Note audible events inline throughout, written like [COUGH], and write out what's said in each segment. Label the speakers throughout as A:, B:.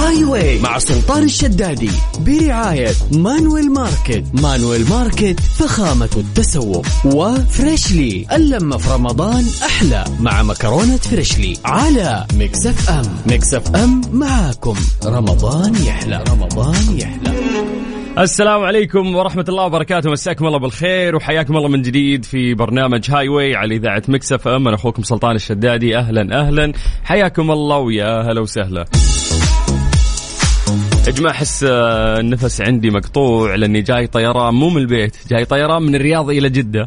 A: هاي واي مع سلطان الشدادي برعاية مانويل ماركت مانويل ماركت فخامة التسوق وفريشلي اللمة في رمضان أحلى مع مكرونة فريشلي على مكسف أم مكسف أم معاكم رمضان يحلى رمضان يحلى
B: السلام عليكم ورحمة الله وبركاته مساكم الله بالخير وحياكم الله من جديد في برنامج هاي واي على إذاعة مكسف أم أنا أخوكم سلطان الشدادي أهلا أهلا حياكم الله ويا هلا وسهلا يا جماعة أحس آه، النفس عندي مقطوع لأني جاي طيران مو من البيت جاي طيران من الرياض إلى جدة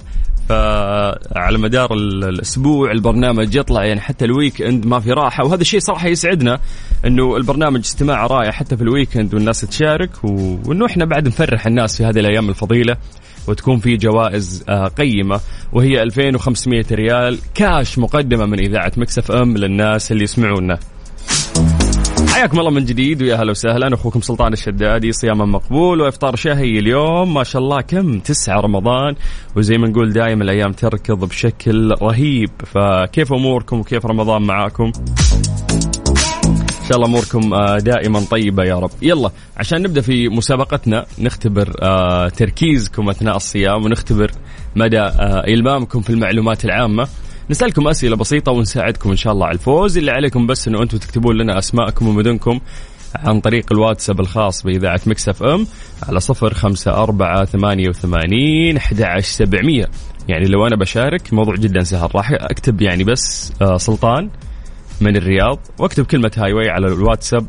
B: فعلى مدار ال- الأسبوع البرنامج يطلع يعني حتى الويك اند ما في راحة وهذا الشيء صراحة يسعدنا أنه البرنامج استماع رائع حتى في الويك اند والناس تشارك و- وأنه إحنا بعد نفرح الناس في هذه الأيام الفضيلة وتكون في جوائز آه، قيمة وهي 2500 ريال كاش مقدمة من إذاعة مكسف أم للناس اللي يسمعونا حياكم الله من جديد ويا هلا وسهلا أنا اخوكم سلطان الشدادي صياما مقبول وافطار شهي اليوم ما شاء الله كم تسعة رمضان وزي ما نقول دايم الايام تركض بشكل رهيب فكيف اموركم وكيف رمضان معاكم؟ ان شاء الله اموركم آه، دائما طيبه يا رب يلا عشان نبدا في مسابقتنا نختبر آه، تركيزكم اثناء الصيام ونختبر مدى آه، المامكم في المعلومات العامه نسالكم اسئله بسيطه ونساعدكم ان شاء الله على الفوز اللي عليكم بس انه انتم تكتبون لنا اسماءكم ومدنكم عن طريق الواتساب الخاص بإذاعة مكسف أم على صفر خمسة أربعة ثمانية وثمانين أحد عشر سبعمية يعني لو أنا بشارك موضوع جدا سهل راح أكتب يعني بس آه، سلطان من الرياض واكتب كلمة هاي واي على الواتساب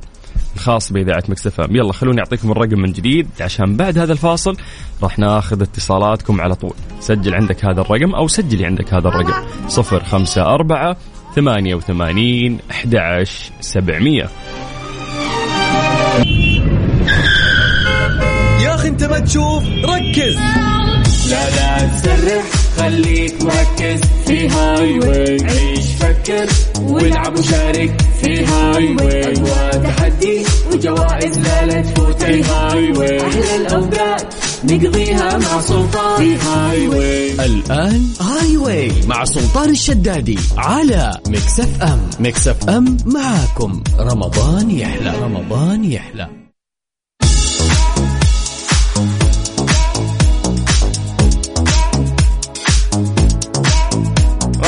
B: الخاص بإذاعة مكسفة يلا خلوني أعطيكم الرقم من جديد عشان بعد هذا الفاصل راح ناخذ اتصالاتكم على طول سجل عندك هذا الرقم أو سجلي عندك هذا الرقم صفر خمسة أربعة ثمانية وثمانين أحد عشر سبعمية
A: يا اخي انت ما تشوف ركز لا لا تسرح خليك مركز في هاي واي عيش فكر والعب وشارك في هاي واي اقوى تحدي وجوائز لا لا تفوت في هاي واي احلى الاوقات نقضيها مع سلطان في هاي واي الان هاي واي مع سلطان الشدادي على مكسف ام مكسف ام معاكم رمضان يحلى رمضان يحلى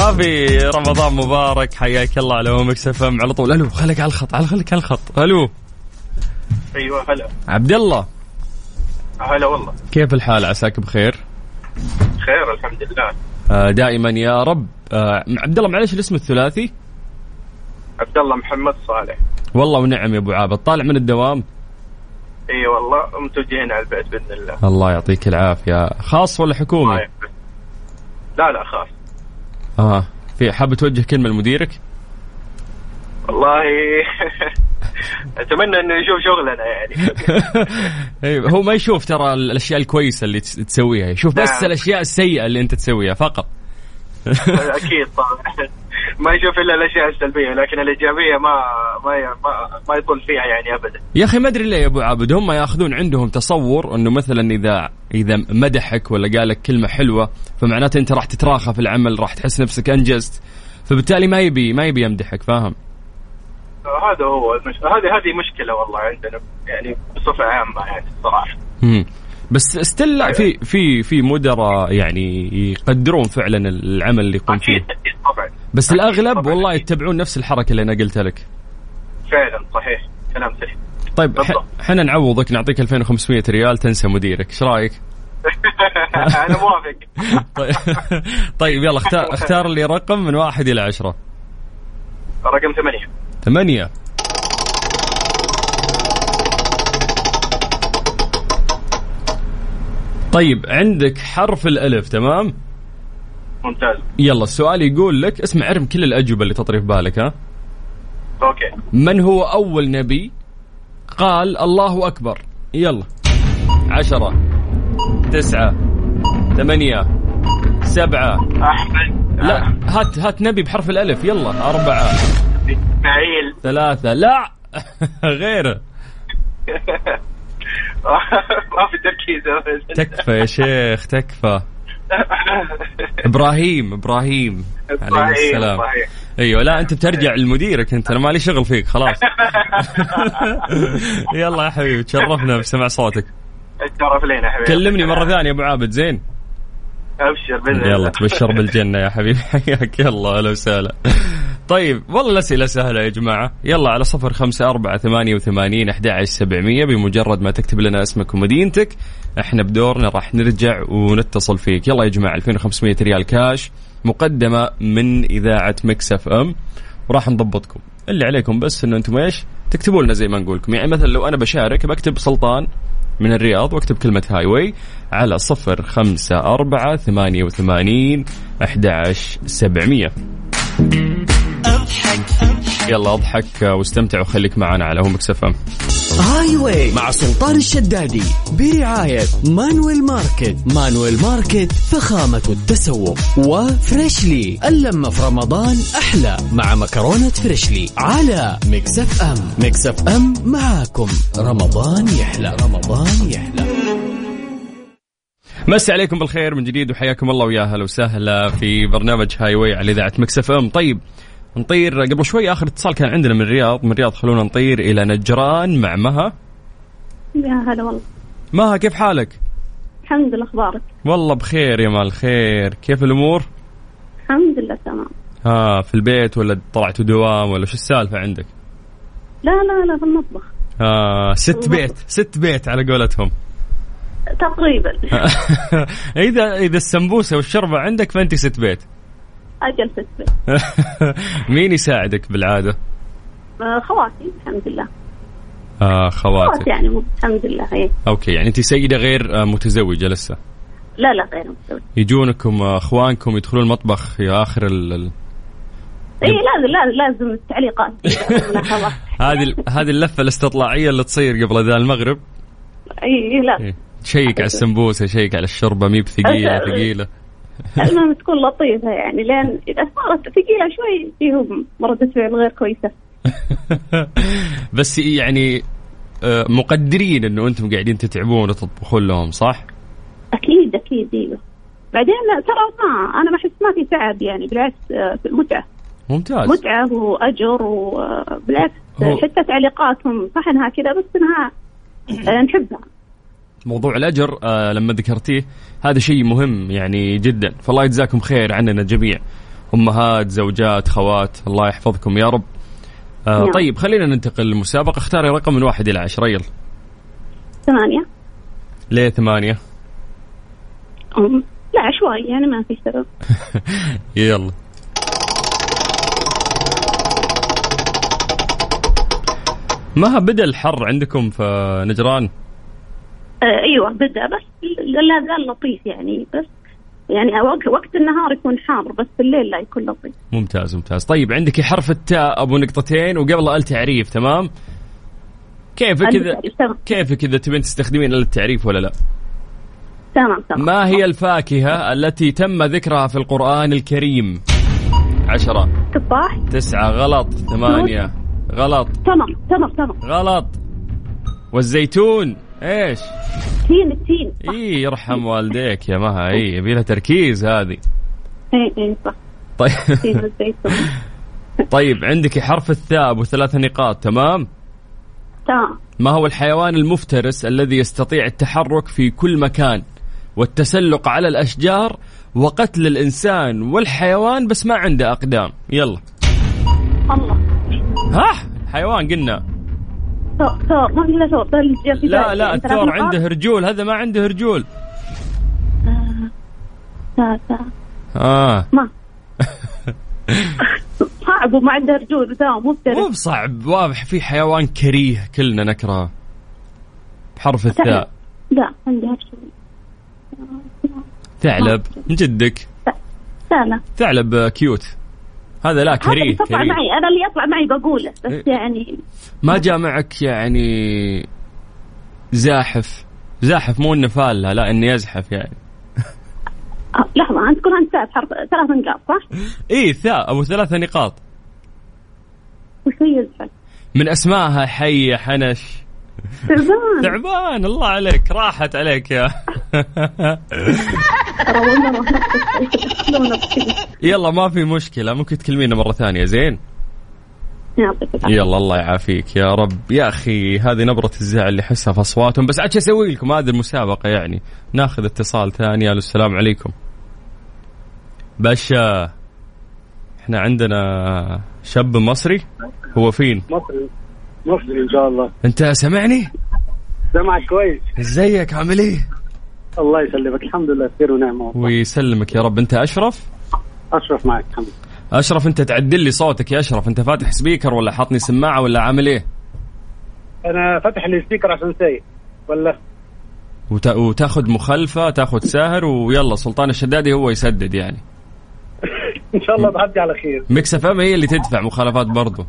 B: ربي رمضان مبارك حياك الله على مكسف أم على طول ألو خلك على الخط على خلك على الخط ألو
C: ايوه هلا
B: عبد الله
C: هلا والله
B: كيف الحال عساك بخير
C: خير الحمد لله
B: آه، دائما يا رب آه، عبد الله معلش الاسم الثلاثي
C: عبد الله محمد صالح
B: والله ونعم يا ابو عابد طالع من الدوام
C: اي أيوة والله متوجهين على البيت باذن الله
B: الله يعطيك العافيه خاص ولا حكومي
C: طيب. لا لا خاص
B: اه في حاب توجه كلمه لمديرك
C: والله [LAUGHS] اتمنى انه يشوف شغلنا يعني [LAUGHS]
B: إيه، هو ما يشوف ترى ال- الاشياء الكويسه اللي تس- تسويها يشوف بس
C: نعم.
B: الاشياء السيئه اللي انت تسويها فقط
C: اكيد طبعا ما يشوف الا الاشياء السلبيه لكن الايجابيه ما ما ما, ما يطول فيها يعني ابدا
B: يا اخي ما ادري ليه يا ابو عابد هم ياخذون عندهم تصور انه مثلا اذا اذا مدحك ولا قال لك كلمه حلوه فمعناته انت راح تتراخى في العمل راح تحس نفسك انجزت فبالتالي ما يبي ما يبي يمدحك فاهم
C: هذا هو المش... هذه هذه مشكله والله عندنا يعني بصفه عامه يعني الصراحه
B: مم. بس ستيل لا، في في في مدراء يعني يقدرون فعلا العمل اللي يقوم فيه
C: اكيد اكيد طبعا
B: بس
C: أكيد
B: الاغلب
C: طبعاً،
B: والله
C: أكيد.
B: يتبعون نفس الحركه اللي انا قلتها لك
C: فعلا صحيح كلام سليم
B: طيب ح-
C: بالضبط.
B: حنا نعوضك نعطيك 2500 ريال تنسى مديرك ايش
C: [LAUGHS]
B: رايك
C: انا موافق
B: [LAUGHS] طيب- طيب يلا
C: [LAUGHS]
B: اختار اختار لي رقم من واحد الى عشرة
C: رقم ثمانية
B: ثمانية طيب عندك حرف الالف تمام
C: ممتاز
B: يلا السؤال يقول لك اسمع ارم كل الاجوبه اللي تطري في بالك ها
C: اوكي
B: من هو أول نبي قال الله أكبر يلا عشرة تسعة ثمانية سبعة
C: احمد
B: [LAUGHS] لا هات هات نبي بحرف الألف يلا أربعة
C: اسماعيل
B: ثلاثة لا [LAUGHS] غيره
C: [LAUGHS] ما في تركيز ابدا [LAUGHS]
B: تكفى يا شيخ تكفى ابراهيم ابراهيم عليه
C: إبراهيم،
B: السلام
C: إبراهيم. إيه.
B: ايوه لا انت بترجع لمديرك انت انا مالي شغل فيك
C: [LAUGHS]
B: خلاص يلا يا حبيبي تشرفنا بسمع صوتك
C: الشرف لينا حبيبي
B: كلمني مره ثانيه يا ابو عابد
C: [LAUGHS]
B: زين
C: ابشر باذن الله
B: يلا تبشر بالجنه يا حبيبي حياك يلا اهلا وسهلا طيب والله الأسئلة سهلة يا جماعة يلا على صفر خمسة أربعة ثمانية وثمانين أحد عشر سبعمية بمجرد ما تكتب لنا اسمك ومدينتك احنا بدورنا راح نرجع ونتصل فيك يلا يا جماعة 2500 ريال كاش مقدمة من إذاعة مكس اف ام وراح نضبطكم اللي عليكم بس انه انتم ايش تكتبوا لنا زي ما نقولكم يعني مثلا لو انا بشارك بكتب سلطان من الرياض واكتب كلمة هاي واي على صفر خمسة أربعة ثمانية وثمانين أحد عشر سبعمية يلا اضحك واستمتع وخليك معنا على هومكس اف ام
A: هاي واي مع سلطان الشدادي برعاية مانويل ماركت مانويل ماركت فخامة التسوق وفريشلي اللمة في رمضان أحلى مع مكرونة فريشلي على مكسف أم مكسف أم معاكم رمضان يحلى رمضان يحلى
B: مسي عليكم بالخير من جديد وحياكم الله ويا هلا وسهلا في برنامج هاي واي على اذاعه مكس اف ام طيب نطير قبل شوي اخر اتصال كان عندنا من الرياض من الرياض خلونا نطير الى نجران مع مها
D: يا هلا والله
B: مها كيف حالك؟
D: الحمد لله اخبارك
B: والله بخير يا مال خير كيف الامور؟
D: الحمد لله تمام
B: ها في البيت ولا طلعتوا دوام ولا شو السالفه عندك؟
D: لا لا لا في المطبخ
B: آه ست بيت ست بيت على قولتهم [LAUGHS]
D: تقريبا
B: اذا اذا السمبوسه والشربه عندك فانت ست بيت
D: اجل في البيت
B: [LAUGHS] مين يساعدك بالعاده؟
D: آه، خواتي الحمد لله
B: آه
D: خواتي
B: خواتك
D: يعني مو- الحمد لله ايه
B: اوكي يعني انت سيده غير آه، متزوجه لسه
D: لا لا غير متزوج
B: يجونكم آه، اخوانكم يدخلون المطبخ يا اخر ال... ال...
D: اي إيه، لازم لازم لازم التعليقات الملاحظات.
B: هذه ال... هذه اللفه الاستطلاعيه اللي تصير قبل اذان المغرب
D: اي لا
B: إيه. تشيك على السمبوسه شيك على الشربه مي بثقيله
D: أجل.
B: ثقيله
D: المهم تكون لطيفه يعني لان اذا صارت ثقيله شوي فيهم ردة فعل غير كويسه
B: بس يعني آه، مقدرين انه انتم قاعدين تتعبون وتطبخون لهم صح؟
D: اكيد اكيد ايوه بعدين لا ترى ما انا ما احس ما في تعب يعني بالعكس آه، متعه
B: ممتاز
D: متعة وأجر آه، وبالعكس
B: هو-
D: حتى تعليقاتهم صح إنها كذا بس إنها آه، نحبها
B: موضوع الاجر آه لما ذكرتيه هذا شيء مهم يعني جدا فالله يجزاكم خير عننا جميع امهات زوجات خوات الله يحفظكم يا رب آه
D: نعم.
B: طيب خلينا ننتقل للمسابقه اختاري رقم من واحد الى عشره يلا
D: ثمانية
B: ليه ثمانيه
D: أم لا عشوائي يعني ما في سبب
B: [LAUGHS] يلا ما بدا الحر عندكم في نجران
D: آه أيوة بدأ بس لا زال لطيف يعني بس يعني وق- وقت النهار يكون حار بس بالليل لا يكون لطيف
B: ممتاز ممتاز طيب عندك حرف التاء ابو نقطتين وقبله التعريف تمام كيفك كذا
D: أنت- تمام
B: كيفك اذا تبين تستخدمين آلة التعريف ولا لا؟
D: تمام تمام
B: ما هي الفاكهة التي تم ذكرها في القرآن الكريم؟ عشرة
D: تفاح
B: تسعة غلط ثمانية غلط
D: تمام تمام تمام
B: غلط والزيتون ايش؟
D: تين التين صح
B: اي يرحم والديك يا مها اي يبي لها تركيز هذه
D: إي إي إيه، صح [LAUGHS]
B: طيب
D: تين
B: [LAUGHS]
D: الزيتون
B: طيب عندك حرف الثاء ابو ثلاث نقاط تمام؟
D: تمام
B: ما هو الحيوان المفترس الذي يستطيع التحرك في كل مكان والتسلق على الأشجار وقتل الإنسان والحيوان بس ما عنده أقدام يلا
D: الله
B: ها حيوان قلنا
D: ثور ثور ما في إلا ثور ده اللي جاء في
B: لا
D: بالي.
B: لا
D: ثلاث
B: الثور
D: نقاط.
B: عنده رجول هذا ما عنده رجول
D: لا لا
B: آه
D: ما صعب وما عنده رجول ذا
B: مو
D: مفترس
B: بصعب واضح في حيوان كريه كلنا نكرهه بحرف الثاء
D: لا عنده رجول
B: ثعلب من جدك
D: لا لا
B: ثعلب كيوت هذا لا
D: هذا
B: كريه
D: اللي يطلع
B: كريه
D: معي انا اللي يطلع معي بقوله بس
B: إيه.
D: يعني
B: ما جاء معك يعني زاحف زاحف مو انه فالة لا اني ازحف يعني
D: آه، لحظه انت كل انت ثلاث حرف ثلاث نقاط صح؟
B: اي ثاء ابو إيه، ثلاثة نقاط
D: وشي يزحف
B: من اسمائها حية حنش
D: تعبان
B: تعبان الله عليك راحت عليك يا
D: ترى والله ما هو نفس الشيء. لونه كذا.
B: [LAUGHS] يلا ما في مشكله ممكن تكلمينا مره ثانيه زين
D: يعطيك العافية.
B: يلا الله يعافيك يا رب يا اخي هذه نبره الزعل اللي احسها في اصواتهم بس عاد شو اسوي لكم هذه المسابقه يعني ناخذ اتصال ثاني الو السلام عليكم باشا احنا عندنا شاب مصري هو فين
E: مصري مصري ان شاء الله
B: انت سامعني
E: سمعك كويس
B: ازيك عامل ايه
E: الله يسلمك الحمد لله بخير ونعمه والله.
B: ويسلمك يا رب انت اشرف
E: اشرف معك الحمد لله.
B: اشرف انت تعدل لي صوتك يا اشرف انت فاتح سبيكر ولا حاطني سماعه ولا عامل ايه
E: انا فتح لي سبيكر عشان سايق ولا [LAUGHS]
B: وت... وتاخذ مخالفه تاخذ ساهر ويلا سلطان الشدادي هو يسدد يعني
E: ان شاء الله بعدي على خير
B: ميكس اف ام هي اللي تدفع مخالفات برضو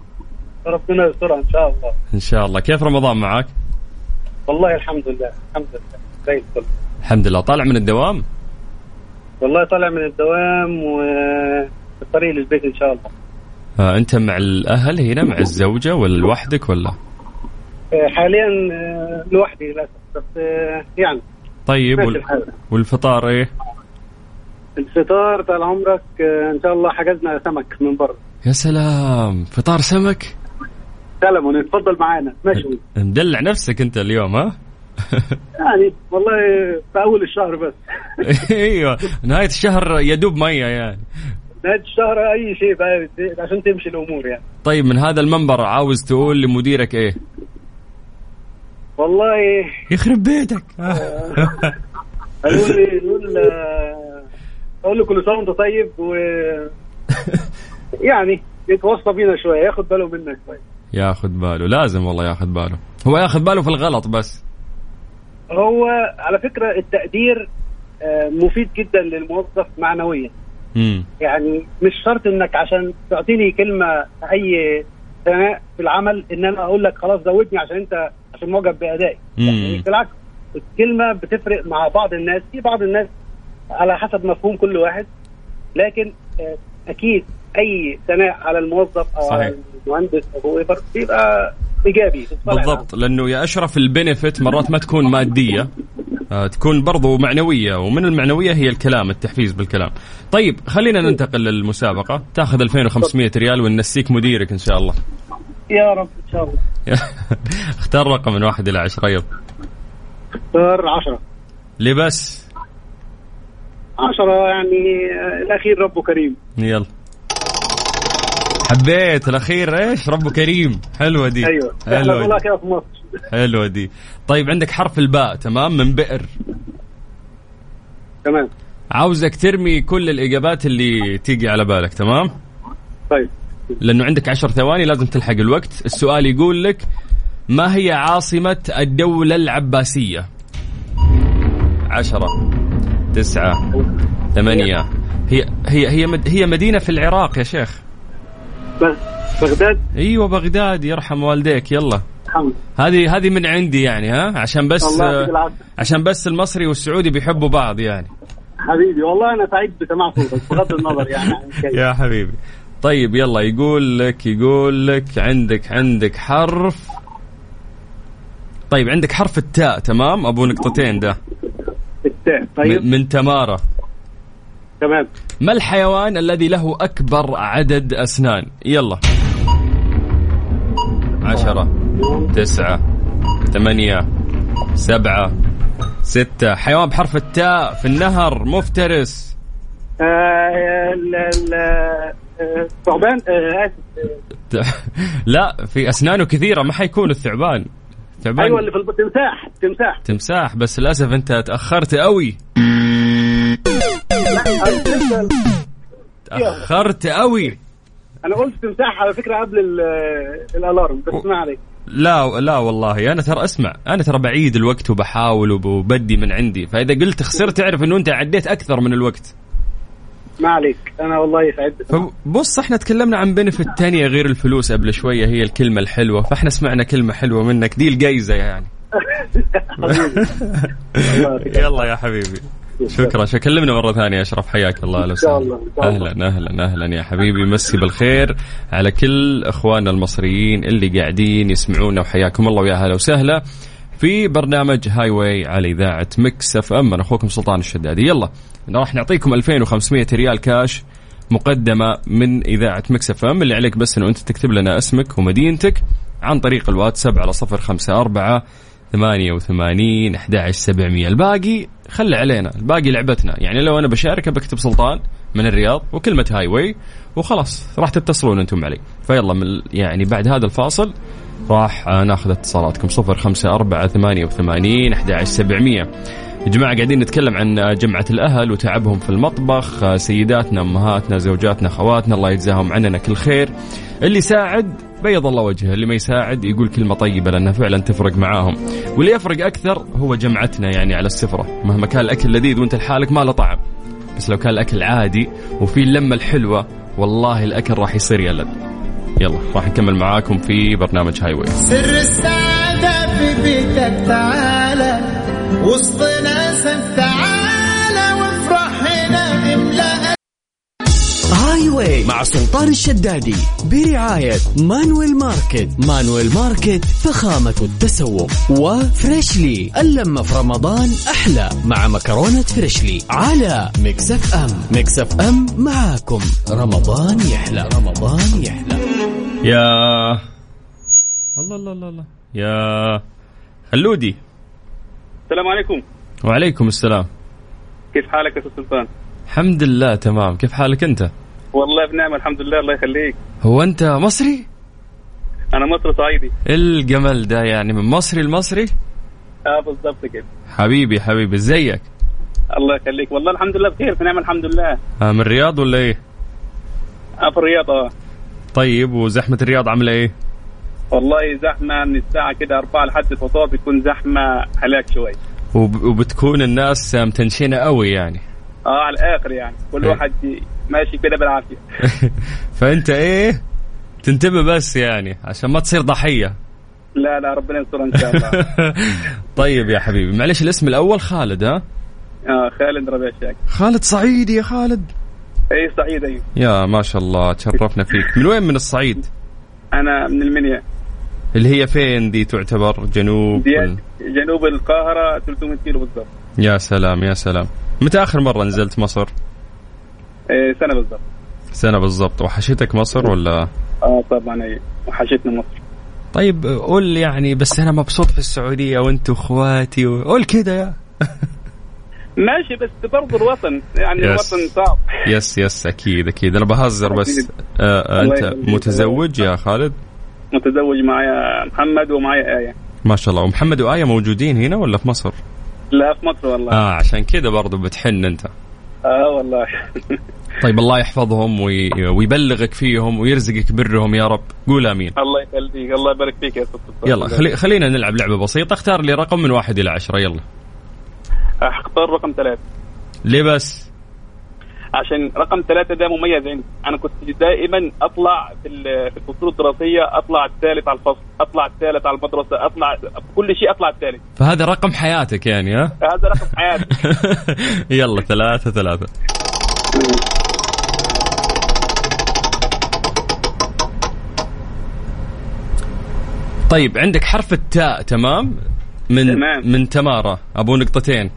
E: ربنا يسترها ان شاء الله
B: ان شاء الله كيف رمضان معك
E: والله الحمد لله الحمد لله زي الفل
B: الحمد لله طالع من الدوام
E: والله طالع من الدوام و في الطريق للبيت ان شاء الله
B: آه انت مع الاهل هنا مع الزوجه ولا لوحدك ولا
E: آه، حاليا آه، لوحدي للاسف بس آه، يعني
B: طيب
E: ماشي
B: وال...
E: الحال.
B: والفطار ايه
E: الفطار طال عمرك آه، ان شاء الله حجزنا سمك من برا
B: يا سلام فطار سمك
E: سلمون اتفضل معانا مشوي
B: مدلع نفسك انت اليوم ها [LAUGHS]
E: يعني والله في اول الشهر بس
B: ايوه نهايه الشهر يدوب ميه يعني
E: نهايه الشهر اي شيء بقى عشان تمشي الامور يعني
B: طيب من هذا المنبر عاوز تقول لمديرك ايه
E: والله
B: يخرب بيتك
E: قالوا لي يقول آه، اقول له كل سنه وانت طيب و يعني يتوصى بينا شويه ياخد باله منا شويه
B: [LAUGHS] ياخذ باله لازم والله ياخذ باله هو ياخذ باله في الغلط بس
E: هو على فكره التقدير آه، مفيد جدا للموظف معنويا
B: امم
E: يعني مش شرط انك عشان تعطيني كلمه اي ثناء في العمل ان انا اقول لك خلاص زودني عشان انت عشان معجب بادائي يعني
B: مم.
E: بالعكس الكلمه بتفرق مع بعض الناس في بعض الناس على حسب مفهوم كل واحد لكن آه، اكيد اي ثناء على الموظف او على
B: صحيح.
E: المهندس او ايفر بيبقى ايجابي في الصالح العام.
B: بالضبط لانه يا اشرف البنفت مرات ما تكون ماديه آه، تكون برضو معنويه ومن المعنويه هي الكلام التحفيز بالكلام طيب خلينا ننتقل للمسابقه تاخذ 2500 ريال وننسيك مديرك ان شاء الله [LAUGHS]
E: يا رب ان شاء الله
B: اختار رقم من واحد الى عشرة يلا
E: اختار 10
B: لبس
E: 10 يعني آه، الاخير ربه كريم
B: يلا حبيت الاخير ايش ربه كريم حلوه دي
E: ايوه احنا
B: حلوه
E: بنقولها
B: دي.
E: كده في مصر
B: حلوه دي طيب عندك حرف الباء تمام من بئر
E: تمام
B: عاوزك ترمي كل الاجابات اللي تيجي على بالك تمام
E: طيب
B: لانه عندك عشر ثواني لازم تلحق الوقت السؤال يقول لك ما هي عاصمة الدولة العباسية عشرة تسعة ثمانية هي هي هي مد هي مدينة في العراق يا شيخ
E: بس بغداد
B: ايوه بغداد يرحم والديك يلا
E: الحمد
B: هذه هذه من عندي يعني ها عشان بس
E: الله يعطيك العافية.
B: عشان بس المصري والسعودي بيحبوا بعض يعني
E: حبيبي والله انا سعيد بسماع صوتك بغض النظر يعني عن الشيء.
B: يا حبيبي طيب يلا يقول لك يقول لك عندك عندك حرف طيب عندك حرف التاء تمام ابو نقطتين ده
E: التاء
B: من
E: طيب
B: من تمارة
E: تمام
B: ما الحيوان الذي له أكبر عدد أسنان يلا عشرة تسعة ثمانية سبعة ستة حيوان بحرف التاء في النهر مفترس
E: آه، ال- ال- آه، ثعبان آه، اسف
B: [LAUGHS] لا في أسنانه كثيرة ما حيكون الثعبان ثعبان
E: ايوه اللي في الب- تمساح تمساح
B: تمساح بس للاسف انت تاخرت قوي تاخرت قوي
E: انا قلت تمساح على فكره قبل ال- الالارم بس ما عليك
B: لا لا والله انا ترى اسمع انا ترى بعيد الوقت وبحاول وبدي من عندي فاذا قلت خسرت اعرف انه انت عديت اكثر من الوقت
E: ما عليك انا والله سعيد بسماعك.
B: فبص احنا تكلمنا عن بنفت تانية غير الفلوس قبل شويه هي الكلمه الحلوه فاحنا سمعنا كلمه حلوه منك دي الجايزه يعني يلا يا حبيبي شكرا شكرا كلمنا مره ثانيه يا اشرف حياك الله اهلا
E: شاء
B: وسهلا
E: الله، إن شاء الله.
B: اهلا اهلا اهلا يا حبيبي مسي بالخير على كل اخواننا المصريين اللي قاعدين يسمعونا وحياكم الله ويا هلا وسهلا في برنامج هاي واي على اذاعه مكس اف ام انا اخوكم سلطان الشدادي يلا راح نعطيكم 2500 ريال كاش مقدمه من اذاعه مكس اف ام اللي عليك بس انه انت تكتب لنا اسمك ومدينتك عن طريق الواتساب على 054 88 11700 الباقي خلي علينا الباقي لعبتنا يعني لو انا بشارك بكتب سلطان من الرياض وكلمه هاي واي وخلاص راح تتصلون انتم علي فيلا من يعني بعد هذا الفاصل راح آه، ناخذ اتصالاتكم 054 88 11700 يا جماعة قاعدين نتكلم عن آه، جمعة الأهل وتعبهم في المطبخ آه، سيداتنا أمهاتنا زوجاتنا خواتنا الله يجزاهم عننا كل خير اللي ساعد بيض الله وجهه اللي ما يساعد يقول كلمة طيبة لأنها فعلا تفرق معاهم واللي يفرق أكثر هو جمعتنا يعني على السفرة مهما كان الأكل لذيذ وانت لحالك ما له طعم بس لو كان الأكل عادي وفي اللمة الحلوة والله الأكل راح يصير يلذ يلا راح نكمل معاكم في برنامج هاي واي
F: سر السعادة في بيتك تعالى وسط ناسك تعالى وافرح هنا املأ
A: هاي واي مع سلطان الشدادي برعاية مانويل ماركت مانويل ماركت فخامة التسوق وفريشلي اللمة في رمضان أحلى مع مكرونة فريشلي على مكسف أم مكسف أم معاكم رمضان يحلى رمضان يحلى
B: يا الله الله الله الله يا خلودي
G: السلام عليكم
B: وعليكم السلام
G: كيف حالك يا استاذ سلطان؟
B: الحمد لله تمام كيف حالك انت
G: والله بنعمة الحمد لله الله يخليك
B: هو انت مصري
G: انا مصر صعيدي
B: الجمل ده يعني من مصري لمصري
G: اه بالظبط كده
B: حبيبي حبيبي ازيك
G: الله يخليك والله الحمد لله بخير بنعمة الحمد لله
B: آه، من الرياض ولا ايه
G: اه في الرياض اه
B: طيب وزحمه الرياض عامله ايه
G: والله زحمة من الساعة كده أربعة لحد الفطور بتكون زحمة هلاك شوية
B: وب... وبتكون الناس آه، متنشنه قوي يعني
G: اه على الآخر يعني كل
B: إيه.
G: واحد ماشي كده بالعافية
B: فانت ايه تنتبه بس يعني عشان ما تصير ضحيه
G: لا لا ربنا يستر إن
B: [LAUGHS]
G: شاء الله
B: طيب يا حبيبي معلش الاسم الاول خالد ها
G: اه خالد ربيع شاك
B: خالد صعيدي يا خالد
G: اي صعيد ايوه
B: يا ما شاء الله تشرفنا فيك من وين من الصعيد
G: انا من المنيا
B: اللي هي فين دي تعتبر جنوب
G: دي
B: ولا-
G: جنوب القاهرة 300 كيلو بالظبط
B: يا سلام يا سلام متى اخر مره نزلت مصر
G: إيه سنة بالظبط
B: سنه بالضبط وحشتك مصر ولا
G: اه طبعا اي وحشتني مصر
B: طيب قول يعني بس انا مبسوط في السعوديه وانتوا اخواتي و- قول كده يا
G: ماشي بس برضه الوطن يعني
B: يس.
G: الوطن صعب
B: يس يس اكيد اكيد انا بهزر بس
G: أكيد.
B: آه آه،
G: الله
B: انت
G: يخليك.
B: متزوج يا خالد
G: متزوج معايا محمد ومعايا آية
B: ما شاء الله ومحمد وآية موجودين هنا ولا في مصر
G: لا في مصر والله
B: اه عشان كده برضو بتحن انت
G: اه والله
B: طيب الله يحفظهم وي... ويبلغك فيهم ويرزقك برهم يا رب قول امين
G: [LAUGHS] الله يخليك الله يبارك فيك يا استاذ سلطان.
B: يلا خلي... خلينا نلعب لعبه بسيطه اختار لي رقم من واحد الى عشره يلا
G: اختار رقم ثلاثة
B: ليه بس
G: عشان رقم ثلاثة ده مميز عندي أنا كنت دائما أطلع في ال- في الفصول الدراسية أطلع الثالث على الفصل أطلع الثالث على المدرسة أطلع كل شيء أطلع الثالث
B: فهذا رقم حياتك يعني ها
G: هذا رقم حياتي
B: [LAUGHS] يلا ثلاثة ثلاثة طيب عندك حرف التاء تمام؟ من
G: تمام.
B: من تمارة ابو نقطتين،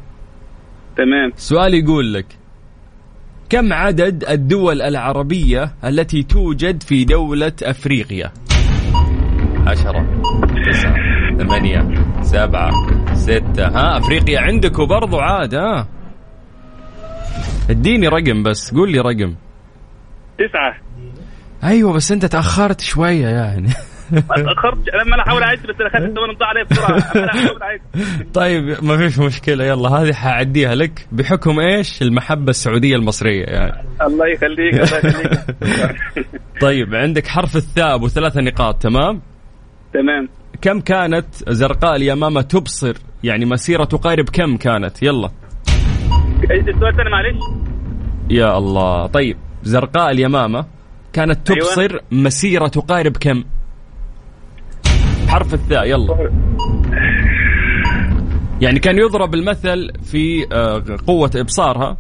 G: تمام
B: سؤال يقول لك كم عدد الدول العربية التي توجد في دولة افريقيا؟ عشرة تسعة ثمانية سبعة ستة ها افريقيا عندك وبرضو عاد ها اديني رقم بس قول لي رقم
G: [LAUGHS] تسعة
B: ايوه بس انت تاخرت شويه يعني
G: ما تأخرتش أنا ما أحاول أعد بس أنا أخذت الثمن ضاع عليه بسرعة أنا أحاول [LAUGHS] أعد
B: [LAUGHS] طيب ما فيش مشكله يلا هذه حاعديها لك بحكم ايش المحبه السعوديه المصريه يعني [LAUGHS]
G: الله يخليك الله يخليك
B: طيب عندك حرف الثاء ابو ثلاثة نقاط تمام
G: تمام
B: كم كانت زرقاء اليمامة تبصر يعني مسيرة تقارب كم كانت يلا
G: السؤال الثاني إيه، معلش
B: يا الله طيب زرقاء اليمامة كانت
G: أيوة.
B: تبصر مسيرة تقارب كم حرف الثاء يلا يعني كان يضرب المثل في آه، قوة إبصارها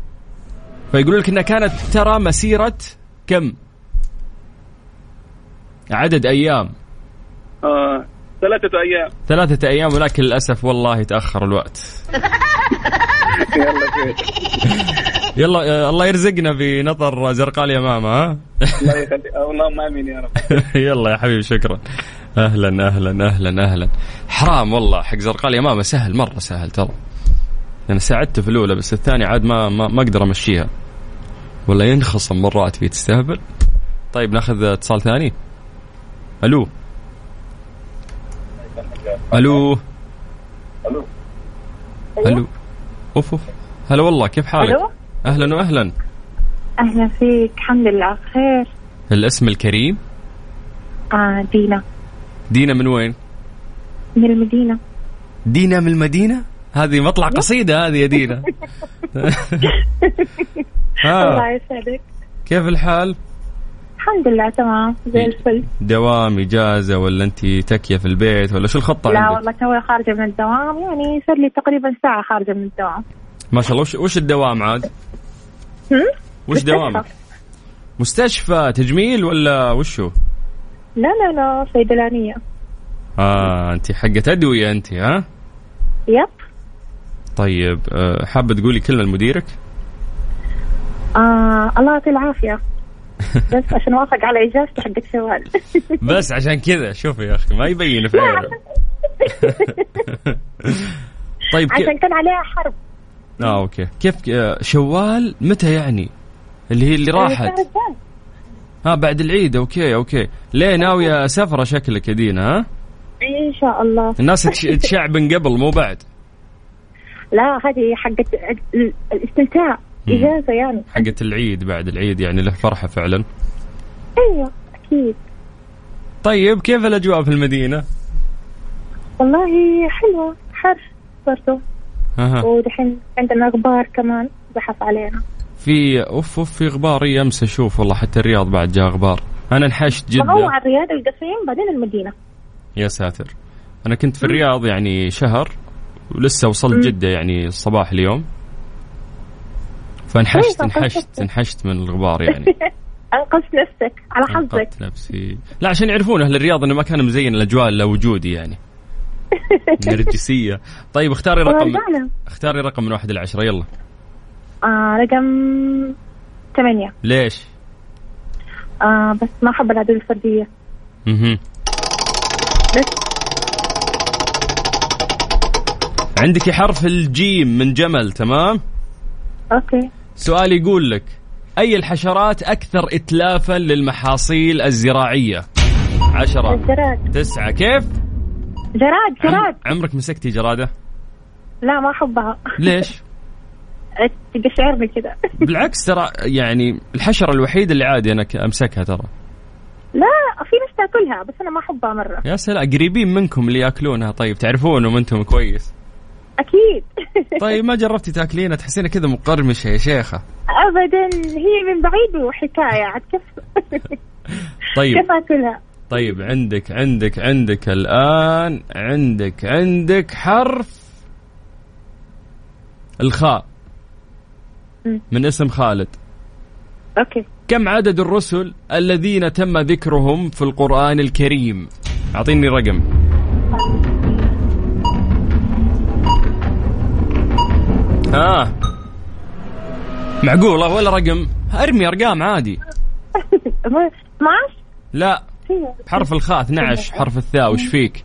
B: فيقولوا لك إنها كانت ترى مسيرة كم عدد أيام
G: آه
E: ثلاثة أيام
B: ثلاثة أيام ولكن للأسف والله تأخر الوقت
E: يلا خير
B: يلا آه، الله يرزقنا بنظر زرقاء اليمامة ها
E: [LAUGHS] الله يخليك اللهم آمين يا رب
B: [LAUGHS] يلا يا حبيبي شكرا أهلا أهلا أهلا أهلا حرام والله حق زرقاء اليمامة سهل مرة سهل ترى أنا ساعدته في الأولى بس الثانية عاد ما ما, ما أقدر أمشيها ولا ينخصم مرات فيه تستهبل طيب ناخذ اتصال ثاني ألو ألو
E: ألو.
B: ألو أوف أوف هلا والله كيف حالك؟
H: ألو.
B: أهلا وأهلا
H: اهلا فيك الحمد لله بخير
B: الاسم الكريم
H: آه دينا
B: دينا من وين؟
H: من المدينه
B: دينا من المدينة؟ هذه مطلع قصيدة هذه يا
H: [LAUGHS]
B: دينا
H: الله
B: ها
H: يسعدك
B: كيف الحال؟
H: الحمد لله تمام
B: إيه.
H: زي الفل
B: دوام إجازة ولا أنت تكية في البيت ولا شو الخطة
H: لا
B: عندك؟
H: والله توي خارجه من الدوام يعني صار لي تقريبا ساعه خارجه من الدوام
B: ما شاء الله وش, وش الدوام عاد؟
H: هم؟
B: وش دوامك؟ مستشفى تجميل ولا وشو؟
H: لا لا لا صيدلانيه
B: آه أنت حقة أدوية أنت ها؟
H: يب
B: طيب آه، حابة تقولي كلمة لمديرك؟
H: آه الله يعطي
B: [LAUGHS]
H: العافيه بس عشان اوافق على اجازتي حقت شوال
B: بس عشان كذا شوفي يا أخي ما يبين في
H: [LAUGHS]
B: عينه [LAUGHS] طيب كيف-
H: عشان كان عليها حرب
B: اه اوكي كيف آه، شوال متى يعني اللي هي
H: إيه،
B: اللي راحت
H: الشهر الجاي.
B: ها بعد العيد اوكي اوكي ليه ناويه سفره شكلك يا دينا ها
H: ان شاء الله
B: الناس تش- تشعبن قبل مو بعد
H: [LAUGHS] لا هذه حقت ال- الاستمتاع اجازه يعني
B: حقت العيد بعد العيد يعني له فرحه فعلا
H: ايوه اكيد
B: طيب كيف الاجواء في المدينه
H: والله حلوة حر برضو
B: ها
H: ودحين عندنا غبار كمان زحف علينا
B: في اوف اوف في غبار إي امس اشوف والله حتى الرياض بعد جاء غبار انا انحشت
H: فهو
B: جدا
H: على الرياض القصيم بعدين المدينة
B: يا ساتر انا كنت في الرياض يعني شهر ولسه وصلت جده يعني الصباح اليوم فانحشت
H: طيب،
B: انحشت
H: أنقذت.
B: انحشت من الغبار
H: [LAUGHS]
B: يعني
H: أنقذت نفسك على حظك
B: انقذت نفسي لا عشان يعرفون اهل الرياض انه ما كان مزين الاجواء الا وجودي
H: [LAUGHS]
B: يعني نرجسيه طيب اختاري رقم
H: ورجعنا
B: اختاري رقم من واحد الى عشره يلا
H: آه رقم ثمانية
B: ليش؟
H: آه بس ما أحب العدول الفردية
B: اها
H: بس
B: عندك حرف الجيم من جمل تمام؟
H: أوكي
B: سؤال يقول لك اي الحشرات اكثر اتلافا للمحاصيل الزراعيه؟ عشرة
H: الجراد
B: تسعة كيف؟
H: جراد
B: عم...
H: جراد
B: عمرك مسكتي جرادة؟
H: لا ما أحبها [LAUGHS]
B: ليش؟
H: تقشعرني كذا
B: بالعكس ترى يعني الحشرة الوحيدة اللي عادي أنا ك- أمسكها ترى
H: لا في ناس تاكلها بس أنا ما أحبها مرة
B: يا سلام قريبين منكم اللي ياكلونها طيب تعرفونهم انتم كويس
H: أكيد
B: طيب
H: [LAUGHS]
B: ما جربتي تاكلينها تحسينها كذا مقرمشه يا شيخه
H: أبدا هي من بعيد وحكاية عاد كيف
B: طيب
H: كيف أكلها
B: طيب عندك عندك عندك الان عندك عندك حرف الخاء
H: مم.
B: من اسم خالد
H: أوكي
B: كم عدد الرسل الذين تم ذكرهم في القرآن الكريم أعطيني رقم آه معقولة ولا رقم أرمي أرقام عادي
H: 12
B: لا
H: ايوه
B: حرف الخاء 12 حرف الثاء وش فيك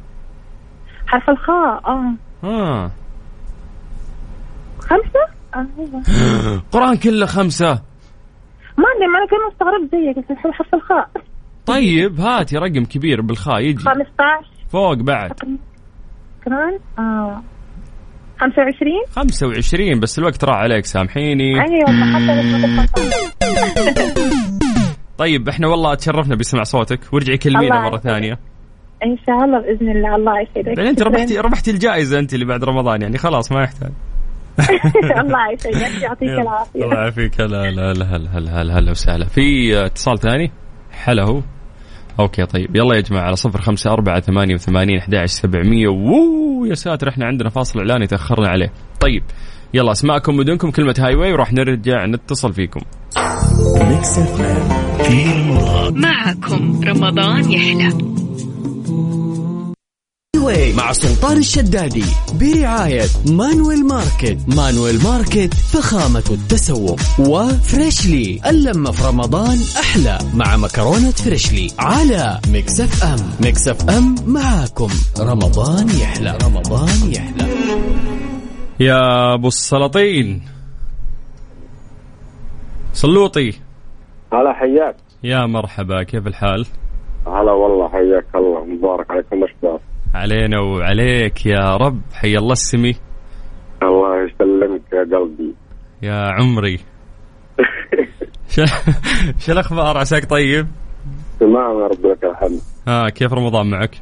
H: حرف الخاء اه
B: آه
H: خمسة؟ اه ايوه
B: قرآن كله خمسة
H: ما ادري ما انا كمان استغربت زيك قلت الحين حرف الخاء
B: طيب هاتي رقم كبير بالخاء يجي
H: 15
B: فوق بعد
H: كمان اه 25
B: 25 بس الوقت راح عليك سامحيني
H: ايوه حتى لو كنت 15.
B: طيب احنا والله تشرفنا بسمع صوتك وارجعي كلمينا
H: الله
B: مره
H: يعافيك.
B: ثانيه
H: ان شاء الله باذن الله الله يسعدك
B: بعدين انت
H: شكراً.
B: ربحتي ربحتي الجائزه انت اللي بعد رمضان يعني خلاص ما يحتاج
H: [LAUGHS] الله يسعدك يعطيك
B: يلا.
H: العافيه
B: الله يعافيك هلا هلا هلا هلا هلا هلا هلا وسهلا في اتصال ثاني هلا هو اوكي طيب يلا يا جماعه على صفر خمسة أربعة ثمانية وثمانين أحد عشر سبعمية ووو يا ساتر احنا عندنا فاصل إعلاني تأخرنا عليه طيب يلا اسماءكم مدنكم كلمة هاي واي وراح نرجع نتصل فيكم
A: ميكس اف ام في رمضان
I: معكم رمضان يحلى
A: واي مع سلطان الشدادي برعاية مانويل ماركت مانويل ماركت فخامة التسوق وفريشلي اللمة في رمضان أحلى مع مكرونة فريشلي على مكسف أم مكسف أم معاكم رمضان يحلى رمضان يحلى
B: يا ابو السلاطين سلوطي
I: هلا حياك
B: يا مرحبا كيف الحال؟
I: هلا والله حياك الله مبارك عليكم اشباب
B: علينا وعليك يا رب حي الله السمي
I: الله يسلمك يا قلبي
B: يا عمري شو الاخبار عساك طيب؟
I: تمام يا رب لك الحمد
B: ها كيف رمضان معك؟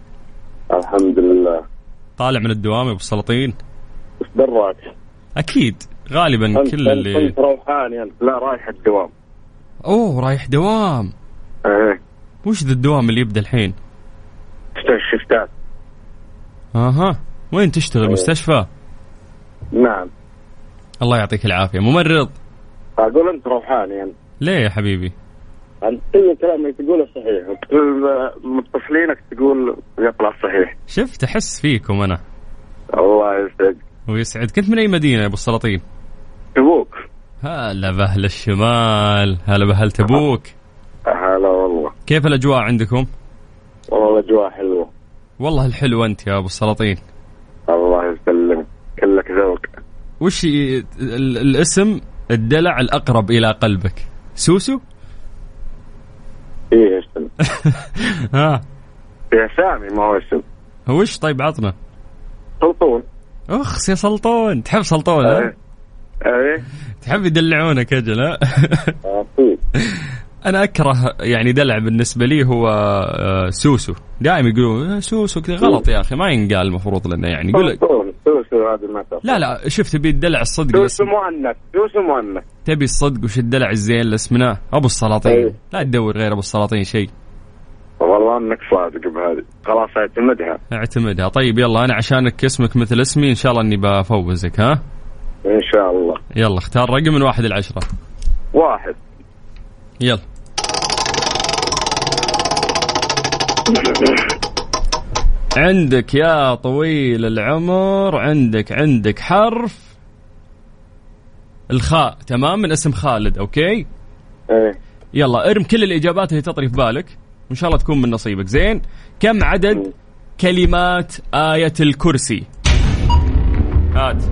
I: الحمد لله
B: طالع من الدوام يا ابو السلاطين
I: ايش دراك؟
B: اكيد غالبا
I: انت
B: كل اللي
I: كنت روحاني انت لا رايح الدوام
B: اوه رايح دوام
I: ايه
B: وش ذا الدوام اللي يبدا الحين؟
I: تشتغل شفتات
B: اها وين تشتغل مستشفى؟
I: نعم
B: الله يعطيك العافيه ممرض
I: اقول انت روحاني انت
B: ليه يا حبيبي؟
I: انت كل الكلام اللي تقوله صحيح كل متصلينك تقول يطلع صحيح
B: شفت احس فيكم انا
I: الله يسعدك
B: ويسعد كنت من اي مدينه يا ابو السلاطين؟
I: تبوك
B: هلا باهل الشمال هلا باهل تبوك
I: هلا والله
B: كيف الاجواء عندكم؟
I: والله الاجواء حلوه
B: والله الحلو انت يا ابو السلاطين
I: الله يسلمك كلك ذوق
B: وش ي- ال- الاسم الدلع الاقرب الى قلبك سوسو
I: ايه اسم
B: [LAUGHS] ها
I: يا سامي ما هو اسم
B: وش طيب عطنا
I: سلطون
B: اخس يا سلطون تحب سلطون ها؟
I: ايه ايه
B: تحب يدلعونك اجل ها؟ [LAUGHS]
I: اكيد
B: انا اكره يعني دلع بالنسبه لي هو آه، سوسو دائما يقولون آه، سوسو كذا غلط يا اخي ما ينقال المفروض لنا يعني يقول لك
I: سلطون سوسو هذا ما تعرف.
B: لا لا شوف تبي الدلع الصدق
I: سوسو
B: بس
I: مؤنث سوسو مؤنث
B: تبي الصدق وش الدلع الزين اللي اسمناه ابو السلاطين
I: أيوه.
B: لا تدور غير ابو السلاطين شيء
I: والله انك صادق بهذه خلاص اعتمدها
B: اعتمدها طيب يلا انا عشانك اسمك مثل اسمي ان شاء الله اني بفوزك ها
I: ان شاء الله
B: يلا اختار رقم من واحد لعشرة
I: واحد
B: يلا عندك يا طويل العمر عندك عندك حرف الخاء تمام من اسم خالد اوكي
I: ايه
B: يلا ارم كل الاجابات اللي تطري في بالك وان شاء الله تكون من نصيبك زين كم عدد كلمات آية الكرسي هات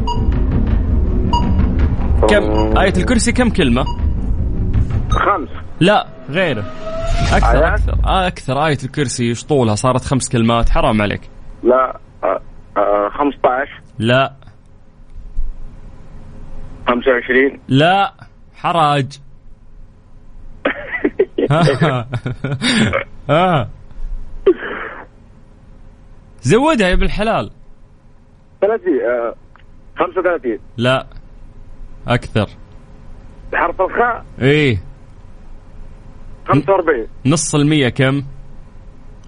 B: كم آية الكرسي كم كلمة
I: خمس
B: لا غيره اكثر
I: آيات؟
B: اكثر اكثر آية الكرسي ايش طولها صارت خمس كلمات حرام عليك
I: لا آه، آه، 15
B: لا
I: 25
B: لا [LAUGHS] حراج ها ها زودها يا ابن الحلال
I: 30 آه، 35
B: لا اكثر
I: حرف الخاء
B: ايه
I: 45
B: نص المية كم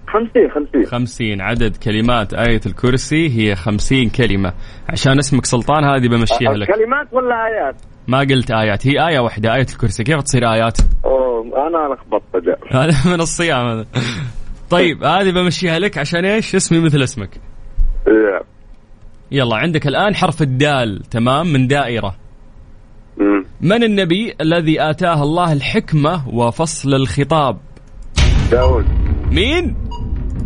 I: 50 50
B: خمسين عدد كلمات آية الكرسي هي خمسين كلمة عشان اسمك سلطان هذه بمشيها لك
I: كلمات ولا آيات؟
B: ما قلت آيات هي آية واحدة آية الكرسي كيف تصير آيات
I: اوه انا لخبطت جا.
B: [LAUGHS] هذا من الصيام هذا طيب هذه بمشيها لك عشان ايش اسمي مثل اسمك
I: إيه.
B: يلا عندك الآن حرف الدال تمام من دائرة
I: أمم.
B: من النبي الذي آتاه الله الحكمة وفصل الخطاب
I: داود
B: مين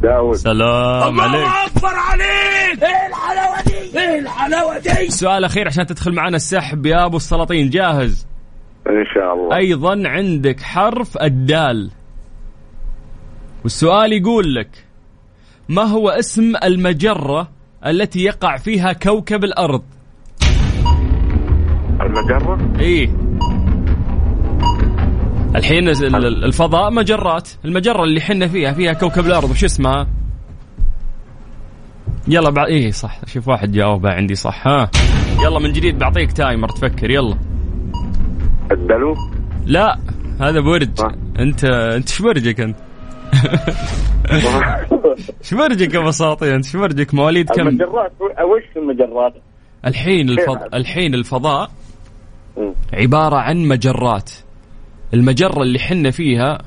I: داود
B: سلام عليك الله اكبر
I: إيه
B: عليك ايه الحلاوه دي ايه الحلاوه دي سؤال اخير عشان تدخل معنا السحب يا ابو السلاطين جاهز
I: ان شاء الله
B: ايضا عندك حرف الدال والسؤال يقول لك ما هو اسم المجره التي يقع فيها كوكب الارض
I: المجرة
B: ايه الحين ال- ال- الفضاء مجرات المجرة اللي حنا فيها فيها كوكب الأرض وش اسمها يلا بعد ايه صح شوف واحد جاوبها عندي صح ها يلا من جديد بعطيك تايمر تفكر يلا
I: الدلو
B: لا هذا برج
I: ها.
B: انت انت شو برجك انت [LAUGHS] شو برجك يا بساطي انت شو برجك مواليد كم
I: المجرات وش المجرات؟
B: الحين
I: كيف؟
B: الفض... الحين الفضاء
I: مم.
B: عبارة عن مجرات المجرة اللي حنا فيها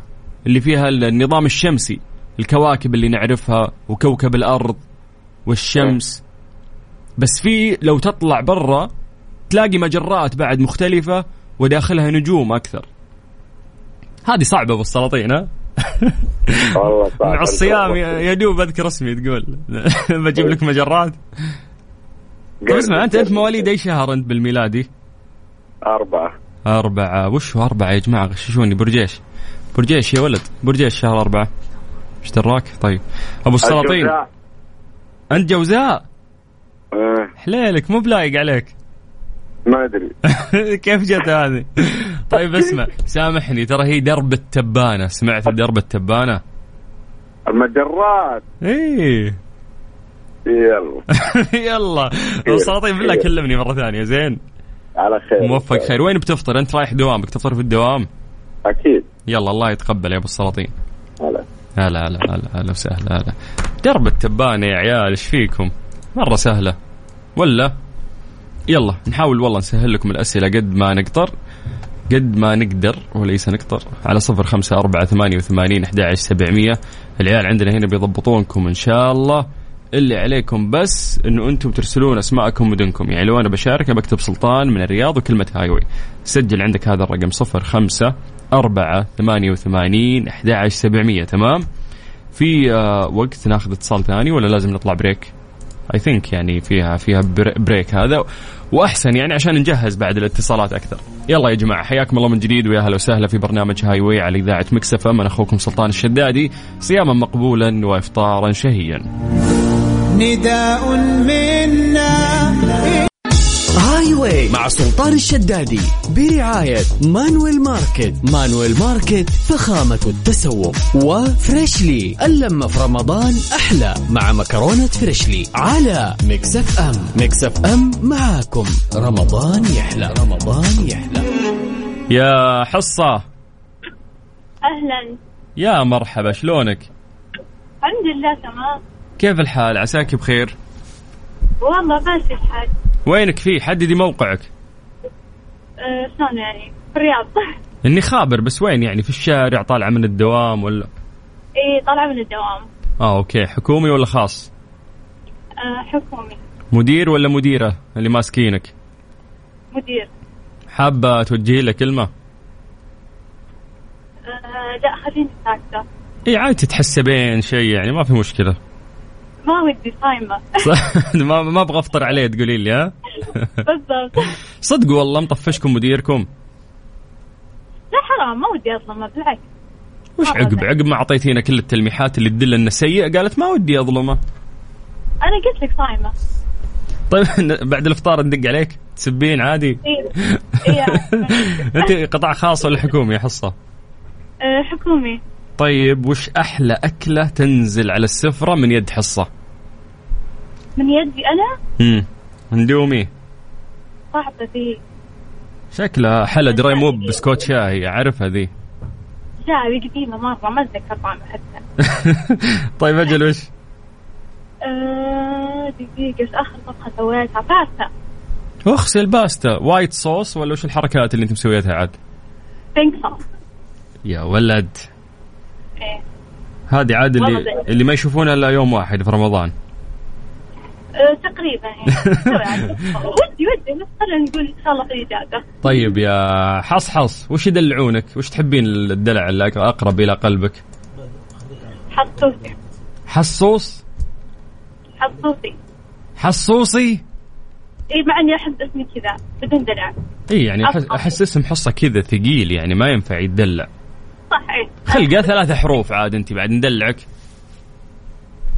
B: اللي فيها النظام الشمسي الكواكب اللي نعرفها وكوكب الأرض والشمس بس في لو تطلع برا تلاقي مجرات بعد مختلفة وداخلها نجوم أكثر هذه صعبة بالسلاطين ها
I: والله صعب
B: مع الصيام يا يا دوب اذكر اسمي تقول [LAUGHS] بجيب لك مجرات طيب اسمع انت انت مواليد اي شهر انت بالميلادي؟
I: أربعة
B: أربعة وش هو أربعة يا جماعة غششوني برجيش برجيش يا ولد برجيش شهر أربعة ايش دراك طيب أبو السلاطين
I: الجوزاء.
B: أنت جوزاء
I: آه،
B: حليلك مو بلايق عليك [LAUGHS]
I: ما [LAUGHS] أدري
B: كيف جت هذه طيب
I: [LAUGHS]
B: اسمع سامحني ترى هي درب التبانة سمعت درب التبانة
I: المجرات إيه.
B: ايه
I: [LAUGHS] يلا
B: يعني يلا السلاطين بالله كلمني مرة ثانية زين
I: إيه. على خير
B: موفق خير وين بتفطر انت رايح دوامك تفطر في الدوام
I: أكيد
B: يلا الله يتقبل يا ابو السلاطين
I: هلا
B: هلا هلا هلا هلا وسهلا هلا درب التبانة يا عيال ايش فيكم؟ مرة سهلة ولا؟ يلا نحاول والله نسهل لكم الأسئلة قد ما نقدر قد ما نقدر وليس نقدر على صفر خمسة أربعة ثمانية وثمانين أحد عشر سبعمية العيال عندنا هنا بيضبطونكم إن شاء الله اللي عليكم بس انه انتم ترسلون اسماءكم مدنكم يعني لو انا بشارك أنا بكتب سلطان من الرياض وكلمه هايوي سجل عندك هذا الرقم 05 4 88 11 700 تمام في آه، وقت ناخذ اتصال ثاني ولا لازم نطلع بريك اي ثينك يعني فيها فيها بري- بريك هذا واحسن يعني عشان نجهز بعد الاتصالات اكثر يلا يا جماعه حياكم الله من جديد ويا هلا وسهلا في برنامج هاي واي على اذاعه مكسف انا اخوكم سلطان الشدادي صياما مقبولا وافطارا شهيا
F: نداء منا
A: هاي واي مع سلطان الشدادي برعاية مانويل ماركت مانويل ماركت فخامة التسوق وفريشلي اللمة في رمضان أحلى مع مكرونة فريشلي على مكسف أم مكسف أم معاكم رمضان يحلى رمضان يحلى
B: يا حصه
J: اهلا
B: يا مرحبا شلونك
J: الحمد لله تمام
B: كيف الحال عساك بخير
J: والله ماشي الحال
B: وينك فيه حددي موقعك
J: أه، شلون يعني في الرياض [LAUGHS]
B: اني خابر بس وين يعني في الشارع طالعه من الدوام ولا
J: اي طالعه من الدوام
B: اه اوكي حكومي ولا خاص
J: أه، حكومي
B: مدير ولا مديره اللي ماسكينك
J: مدير
B: حابه توجهي له كلمه
J: أه، لا خليني ساكته
B: اي عادي تتحسبين شيء يعني ما في مشكله
J: ما ودي صايمه
B: صح؟ [LAUGHS] ما ما ابغى افطر عليه تقولي لي ها
J: [LAUGHS]
B: [LAUGHS]
J: بالضبط
B: صدق والله مطفشكم مديركم
J: لا حرام ما ودي اظلمه بالعكس
B: وش عقب عقب ما اعطيتينا كل التلميحات اللي تدل انه سيء قالت ما ودي اظلمه
J: انا قلت لك صايمه
B: [LAUGHS] طيب بعد الافطار ندق عليك تسبين عادي
J: اي إيه.
B: انت قطاع خاص ولا حكومي يا حصه
J: أه، حكومي
B: طيب وش احلى اكله تنزل على السفره من يد حصه
J: من يدي انا
B: امم اندومي
J: صاحبتي
B: شكلها حلا دراي موب بسكوت شاي اعرفها ذي
J: لا هذه قديمه مره ما اتذكر طعمها حتى
B: طيب اجل وش
J: أه، دقيقه إيش اخر طبخه سويتها باستا
B: اخس الباستا وايت صوص ولا وش الحركات اللي انت مسويتها عاد
J: بينك صوص
B: يا ولد
J: إيه.
B: هذه عاد
J: والله
B: اللي
J: زين.
B: اللي ما يشوفونها الا يوم واحد في رمضان
J: أه، تقريبا يعني
B: [LAUGHS]
J: سوي عاد. ودي ودي بس خلينا نقول ان شاء الله في اجازه
B: طيب يا حصحص وش يدلعونك وش تحبين الدلع اللي أق- اقرب الى قلبك
J: حصوصي
B: حصوص
J: حصوصي
B: حصوصي
J: اي إيه، مع اني احب اسمي كذا بدون دلع
B: اي يعني أحس-
J: أصلاً.
B: احس اسم حصه كذا ثقيل يعني ما ينفع يتدلع
J: صح إيه. اي
B: خلقه ثلاث حروف عاد انت بعد
J: [LAUGHS]
B: ندلعك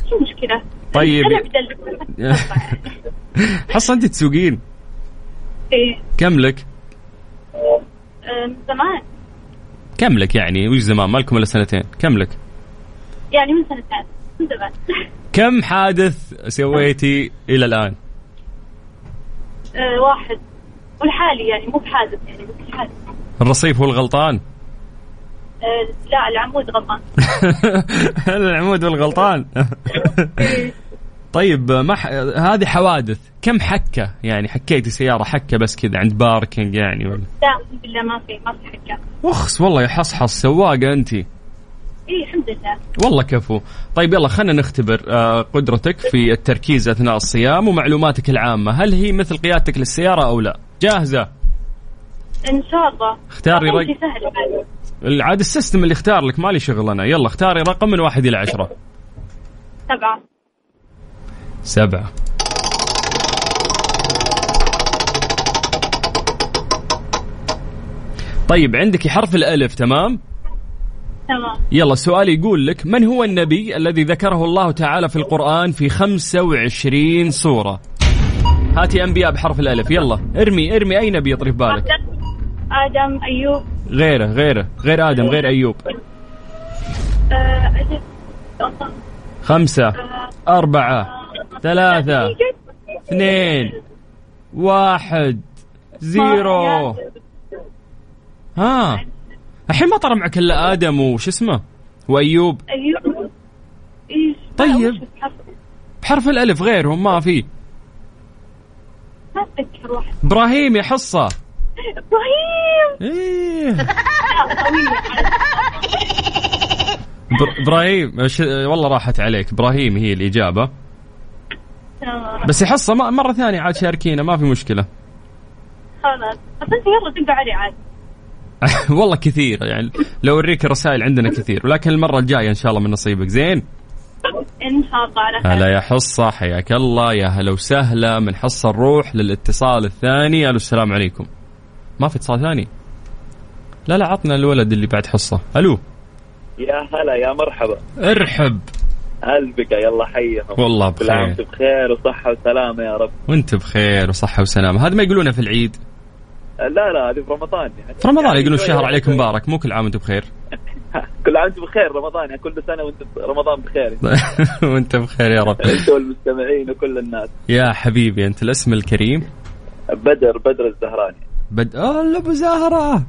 J: شو المشكله؟
B: طيب.
J: انا بدلع
B: حصه انت تسوقين
J: اي
B: كم لك؟
J: أه، من زمان
B: كم لك يعني وش زمان مالكم الا سنتين كم لك؟
J: يعني من سنتين من زمان [LAUGHS]
B: كم حادث سويتي الى الان؟
J: أه، واحد والحالي يعني مو بحادث يعني مو بحادث
B: الرصيف هو الغلطان
H: آه،
J: أه، لا العمود غلطان
B: العمود والغلطان [LAUGHS] طيب ما ح... هذه حوادث كم حكه يعني حكيتي سياره حكه بس كذا عند باركينج يعني ولا
J: لا أقسم بالله ما في ما في حقه
B: اخس والله يا حصحص سواقه انت
H: اي إيه، الحمد لله
B: والله كفو طيب يلا خلينا نختبر آه، قدرتك في التركيز أثناء الصيام ومعلوماتك العامة هل هي مثل قيادتك للسيارة أو لا جاهزة
H: ان شاء الله
B: اختاري
H: أمشي
B: رج-
H: سهل بعد.
B: عاد السيستم اللي اختار لك مالي شغل أنا يلا اختاري رقم من واحد إلى عشرة
H: سبعه
B: سبعة طيب عندك حرف الألف تمام
H: تمام
B: يلا السؤال يقول لك من هو النبي الذي ذكره الله تعالى في القرآن في 25 سورة هاتي أنبياء بحرف الألف يلا ارمي ارمي أي نبي يطري في بالك
H: ادم ايوب
B: غيره غيره غير آدم غير أيوب
H: آه، أجل.
B: خمسة أربعة ثلاثة اثنين واحد زيرو ها الحين ما طلع معك الا ادم وش اسمه وايوب
H: ايوب ايش
B: طيب. بحرف الالف غيرهم ما في
H: ما اتذكر واحد
B: ابراهيم يا حصه
H: ابراهيم
B: ايه بر- ابراهيم ش- والله راحت عليك ابراهيم هي الاجابه
H: تمام
B: بس يا حصه ما- مره ثانيه عاد شاركينا ما في مشكله
H: خلاص بس انت يلا دق علي عاد
B: [LAUGHS] والله كثير يعني لو اوريك الرسائل عندنا كثير ولكن المره الجايه ان شاء الله من نصيبك زين
H: ان شاء الله على خير
B: هلا يا حصه حياك الله يا هلا وسهلا من حصه نروح للاتصال الثاني الو السلام عليكم ما في اتصال ثاني لا لا عطنا الولد اللي بعد حصه الو
K: يا هلا يا مرحبا
B: ارحب
K: قلبك يلا حيهم
B: والله
K: كل عام وانت
B: بخير
K: بخير وصحة وسلامة يا رب
B: وانت بخير وصحه وسلامه هذا ما يقولونه في العيد
K: لا لا هذه في رمضان يعني
B: في رمضان يقولون
K: شوية-
B: الشهر عليكم مبارك مو كل عام وانت بخير
K: [LAUGHS]
B: [LAUGHS]
K: كل عام وانت بخير رمضان يعني كل سنة وانت ب- رمضان بخير
B: وانت بخير يا رب
K: انت والمستمعين وكل الناس
B: يا حبيبي انت الاسم الكريم
K: بدر بدر الزهراني
B: بد آه، هلا ابو زهره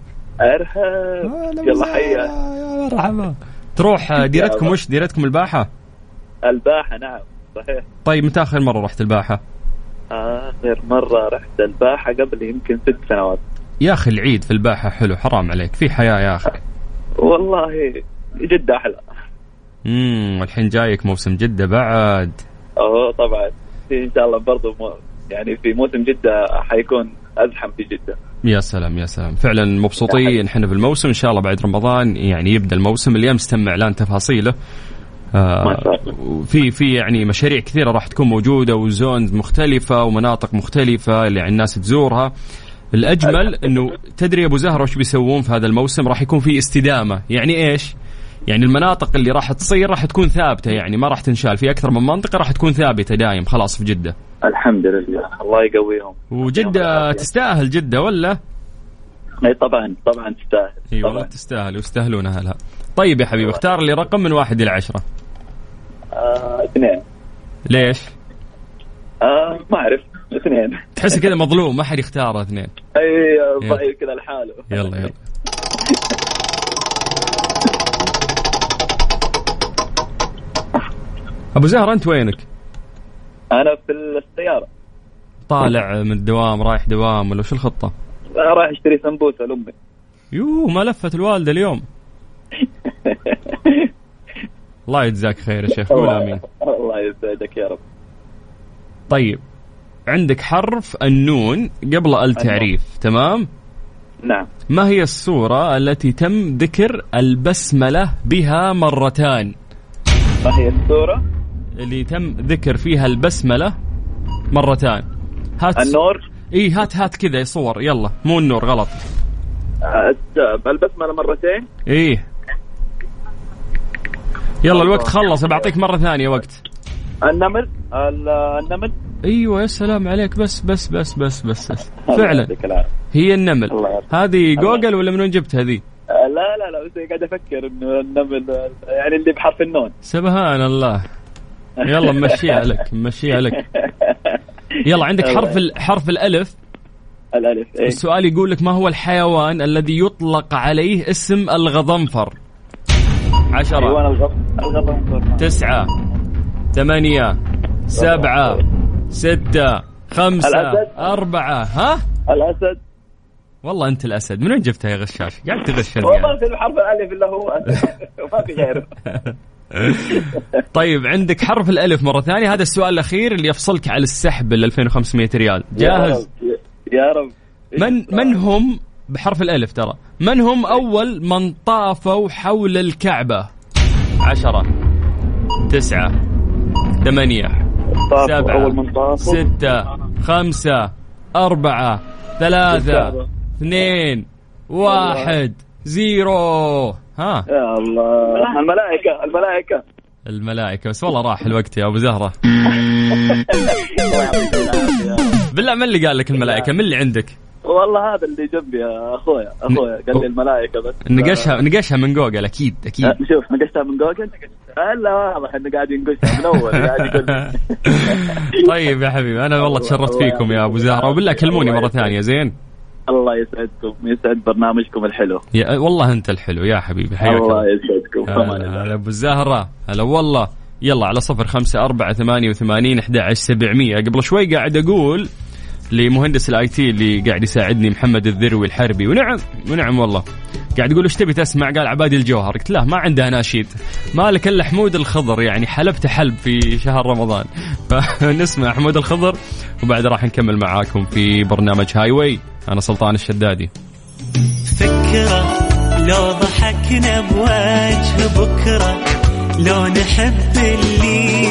K: ارحب يلا حيا
B: يا مرحبا تروح آه، ديرتكم وش ديرتكم الباحه
K: الباحة نعم صحيح
B: طيب متى اخر مره رحت الباحه
K: آخر مرة رحت الباحة قبل يمكن ست سنوات
B: يا اخي العيد في الباحه حلو حرام عليك في حياه يا اخي
K: والله جدة أحلى
B: امم الحين جايك موسم جده بعد
K: اوه طبعا في ان شاء الله برضه مو... يعني في موسم جده حيكون ازحم في جده
B: يا سلام يا سلام فعلا مبسوطين احنا في الموسم ان شاء الله بعد رمضان يعني يبدا الموسم اليوم استمع اعلان تفاصيله
K: ما
B: آه
K: شاء
B: في في يعني مشاريع كثيره راح تكون موجوده وزونز مختلفه ومناطق مختلفه اللي يعني الناس تزورها
K: أيوة.
B: الاجمل انه تدري يا ابو زهره وش بيسوون في هذا الموسم راح يكون في استدامه يعني ايش؟ يعني المناطق اللي راح تصير راح تكون ثابته يعني ما راح تنشال في اكثر من منطقه راح تكون ثابته دايم خلاص في جده
K: الحمد لله الله يقويهم
B: وجده تستاهل جده ولا؟
K: اي طبعا طبعا تستاهل
B: اي والله
K: طبعا
B: تستاهل ويستاهلون اهلها. طيب يا حبيبي اختار لي رقم من واحد الى عشره.
K: آه، اثنين
B: ليش؟
K: آه ما اعرف اثنين
B: تحس
K: [LAUGHS]
B: كذا مظلوم ما حد يختاره اثنين.
K: اي آه،
B: يلا.
K: ضعيف كذا لحاله
B: يلا يلا. ابو زهر انت وينك؟
K: انا في السياره
B: طالع من الدوام رايح دوام ولا وش الخطه؟
K: أنا رايح اشتري سمبوسه لامي
B: يوه ما لفت الوالده اليوم. الله يجزاك خير يا شيخ قول امين.
K: [LAUGHS] الله يسعدك يا رب
B: طيب عندك حرف النون قبل التعريف تمام؟
K: نعم
B: ما هي السورة التي تم ذكر البسملة بها مرتان
K: ما هي السوره
B: اللي تم ذكر فيها البسملة مرتان هات
K: النور
B: اي هات هات كذا صور يلا مو النور غلط
K: آه، الس- البسمله مرتين
B: ايه يلا الوقت
K: أيوة.
B: خلص بعطيك مرة ثانية وقت
K: النمل ال- النمل
B: ايوه يا سلام عليك بس بس بس بس بس, بس.
K: الله
B: فعلا
K: يعطيك العافية.
B: هي النمل
K: الله يعطيك.
B: هذه جوجل ولا من وين جبتها ذي؟
K: أه، لا لا لا بس قاعد افكر انه النمل يعني اللي بحرف النون
B: سبحان الله يلا مشيها لك مشيها
K: [LAUGHS]
B: لك يلا عندك حرف ال- حرف الالف
K: الالف ايه
B: السؤال يقول لك ما هو الحيوان الذي يطلق عليه اسم الغضنفر
K: حيوان أيوة،
B: عشرة
K: الغضب الغضب
B: تسعة ثمانية سبعة ستة خمسة
K: الأسد.
B: أربعة ها
K: الاسد
B: والله انت الاسد من وين جبتها يا يعني. غشاش؟ قاعد تغشني
K: والله في الحرف الالف الا هو
B: [LAUGHS]
K: وما في غيره
B: [LAUGHS] طيب عندك حرف الالف مره ثانيه هذا السؤال الاخير اللي يفصلك على السحب ال 2500 ريال جاهز
K: يا رب- يا رب
B: من من هم بحرف الالف ترى من هم اول من طافوا حول الكعبه عشرة تسعة ثمانية
K: طاف
B: سبعة.
K: اول من طاف
B: ستة خمسة أربعة ثلاثة
K: تسعة.
B: اثنين واحد زيرو ها
K: يا الله الملائكه الملائكه
B: الملائكة بس والله راح الوقت يا أبو زهرة
K: [LAUGHS]
B: بالله من اللي قال لك الملائكة من اللي عندك
K: [LAUGHS] والله هذا اللي جنبي يا اخويا اخويا قال لي الملائكه بس
B: نقشها نقشها من جوجل أكيد أكيد
K: [LAUGHS] أه، شوف نقشتها من جوجل الا واضح انه قاعد ينقشها من اول قاعد يقول
B: طيب يا حبيبي أنا والله تشرفت
K: الله
B: فيكم يا أبو زهرة وبالله كلموني مرة ثانية زين
K: الله يسعدكم يسعد برنامجكم الحلو
B: يا والله أنت الحلو يا حبيبي حياك
K: الله
B: الله
K: يسعدكم
B: هلا هلا أبو زهرة هلا والله يلا على صفر خمسة أربعة ثمانية وثمانين أحد عشر سبعمية قبل شوي قاعد أقول لمهندس الاي تي اللي قاعد يساعدني محمد الذروي الحربي ونعم ونعم والله قاعد يقول ايش تبي تسمع قال عبادي الجوهر قلت له ما عندها ناشيد مالك الا حمود الخضر يعني حلبت حلب في شهر رمضان [LAUGHS] فنسمع حمود الخضر وبعد راح نكمل معاكم في برنامج هاي واي انا سلطان الشدادي
L: فكرة لو ضحكنا بوجه بكرة لو نحب اللي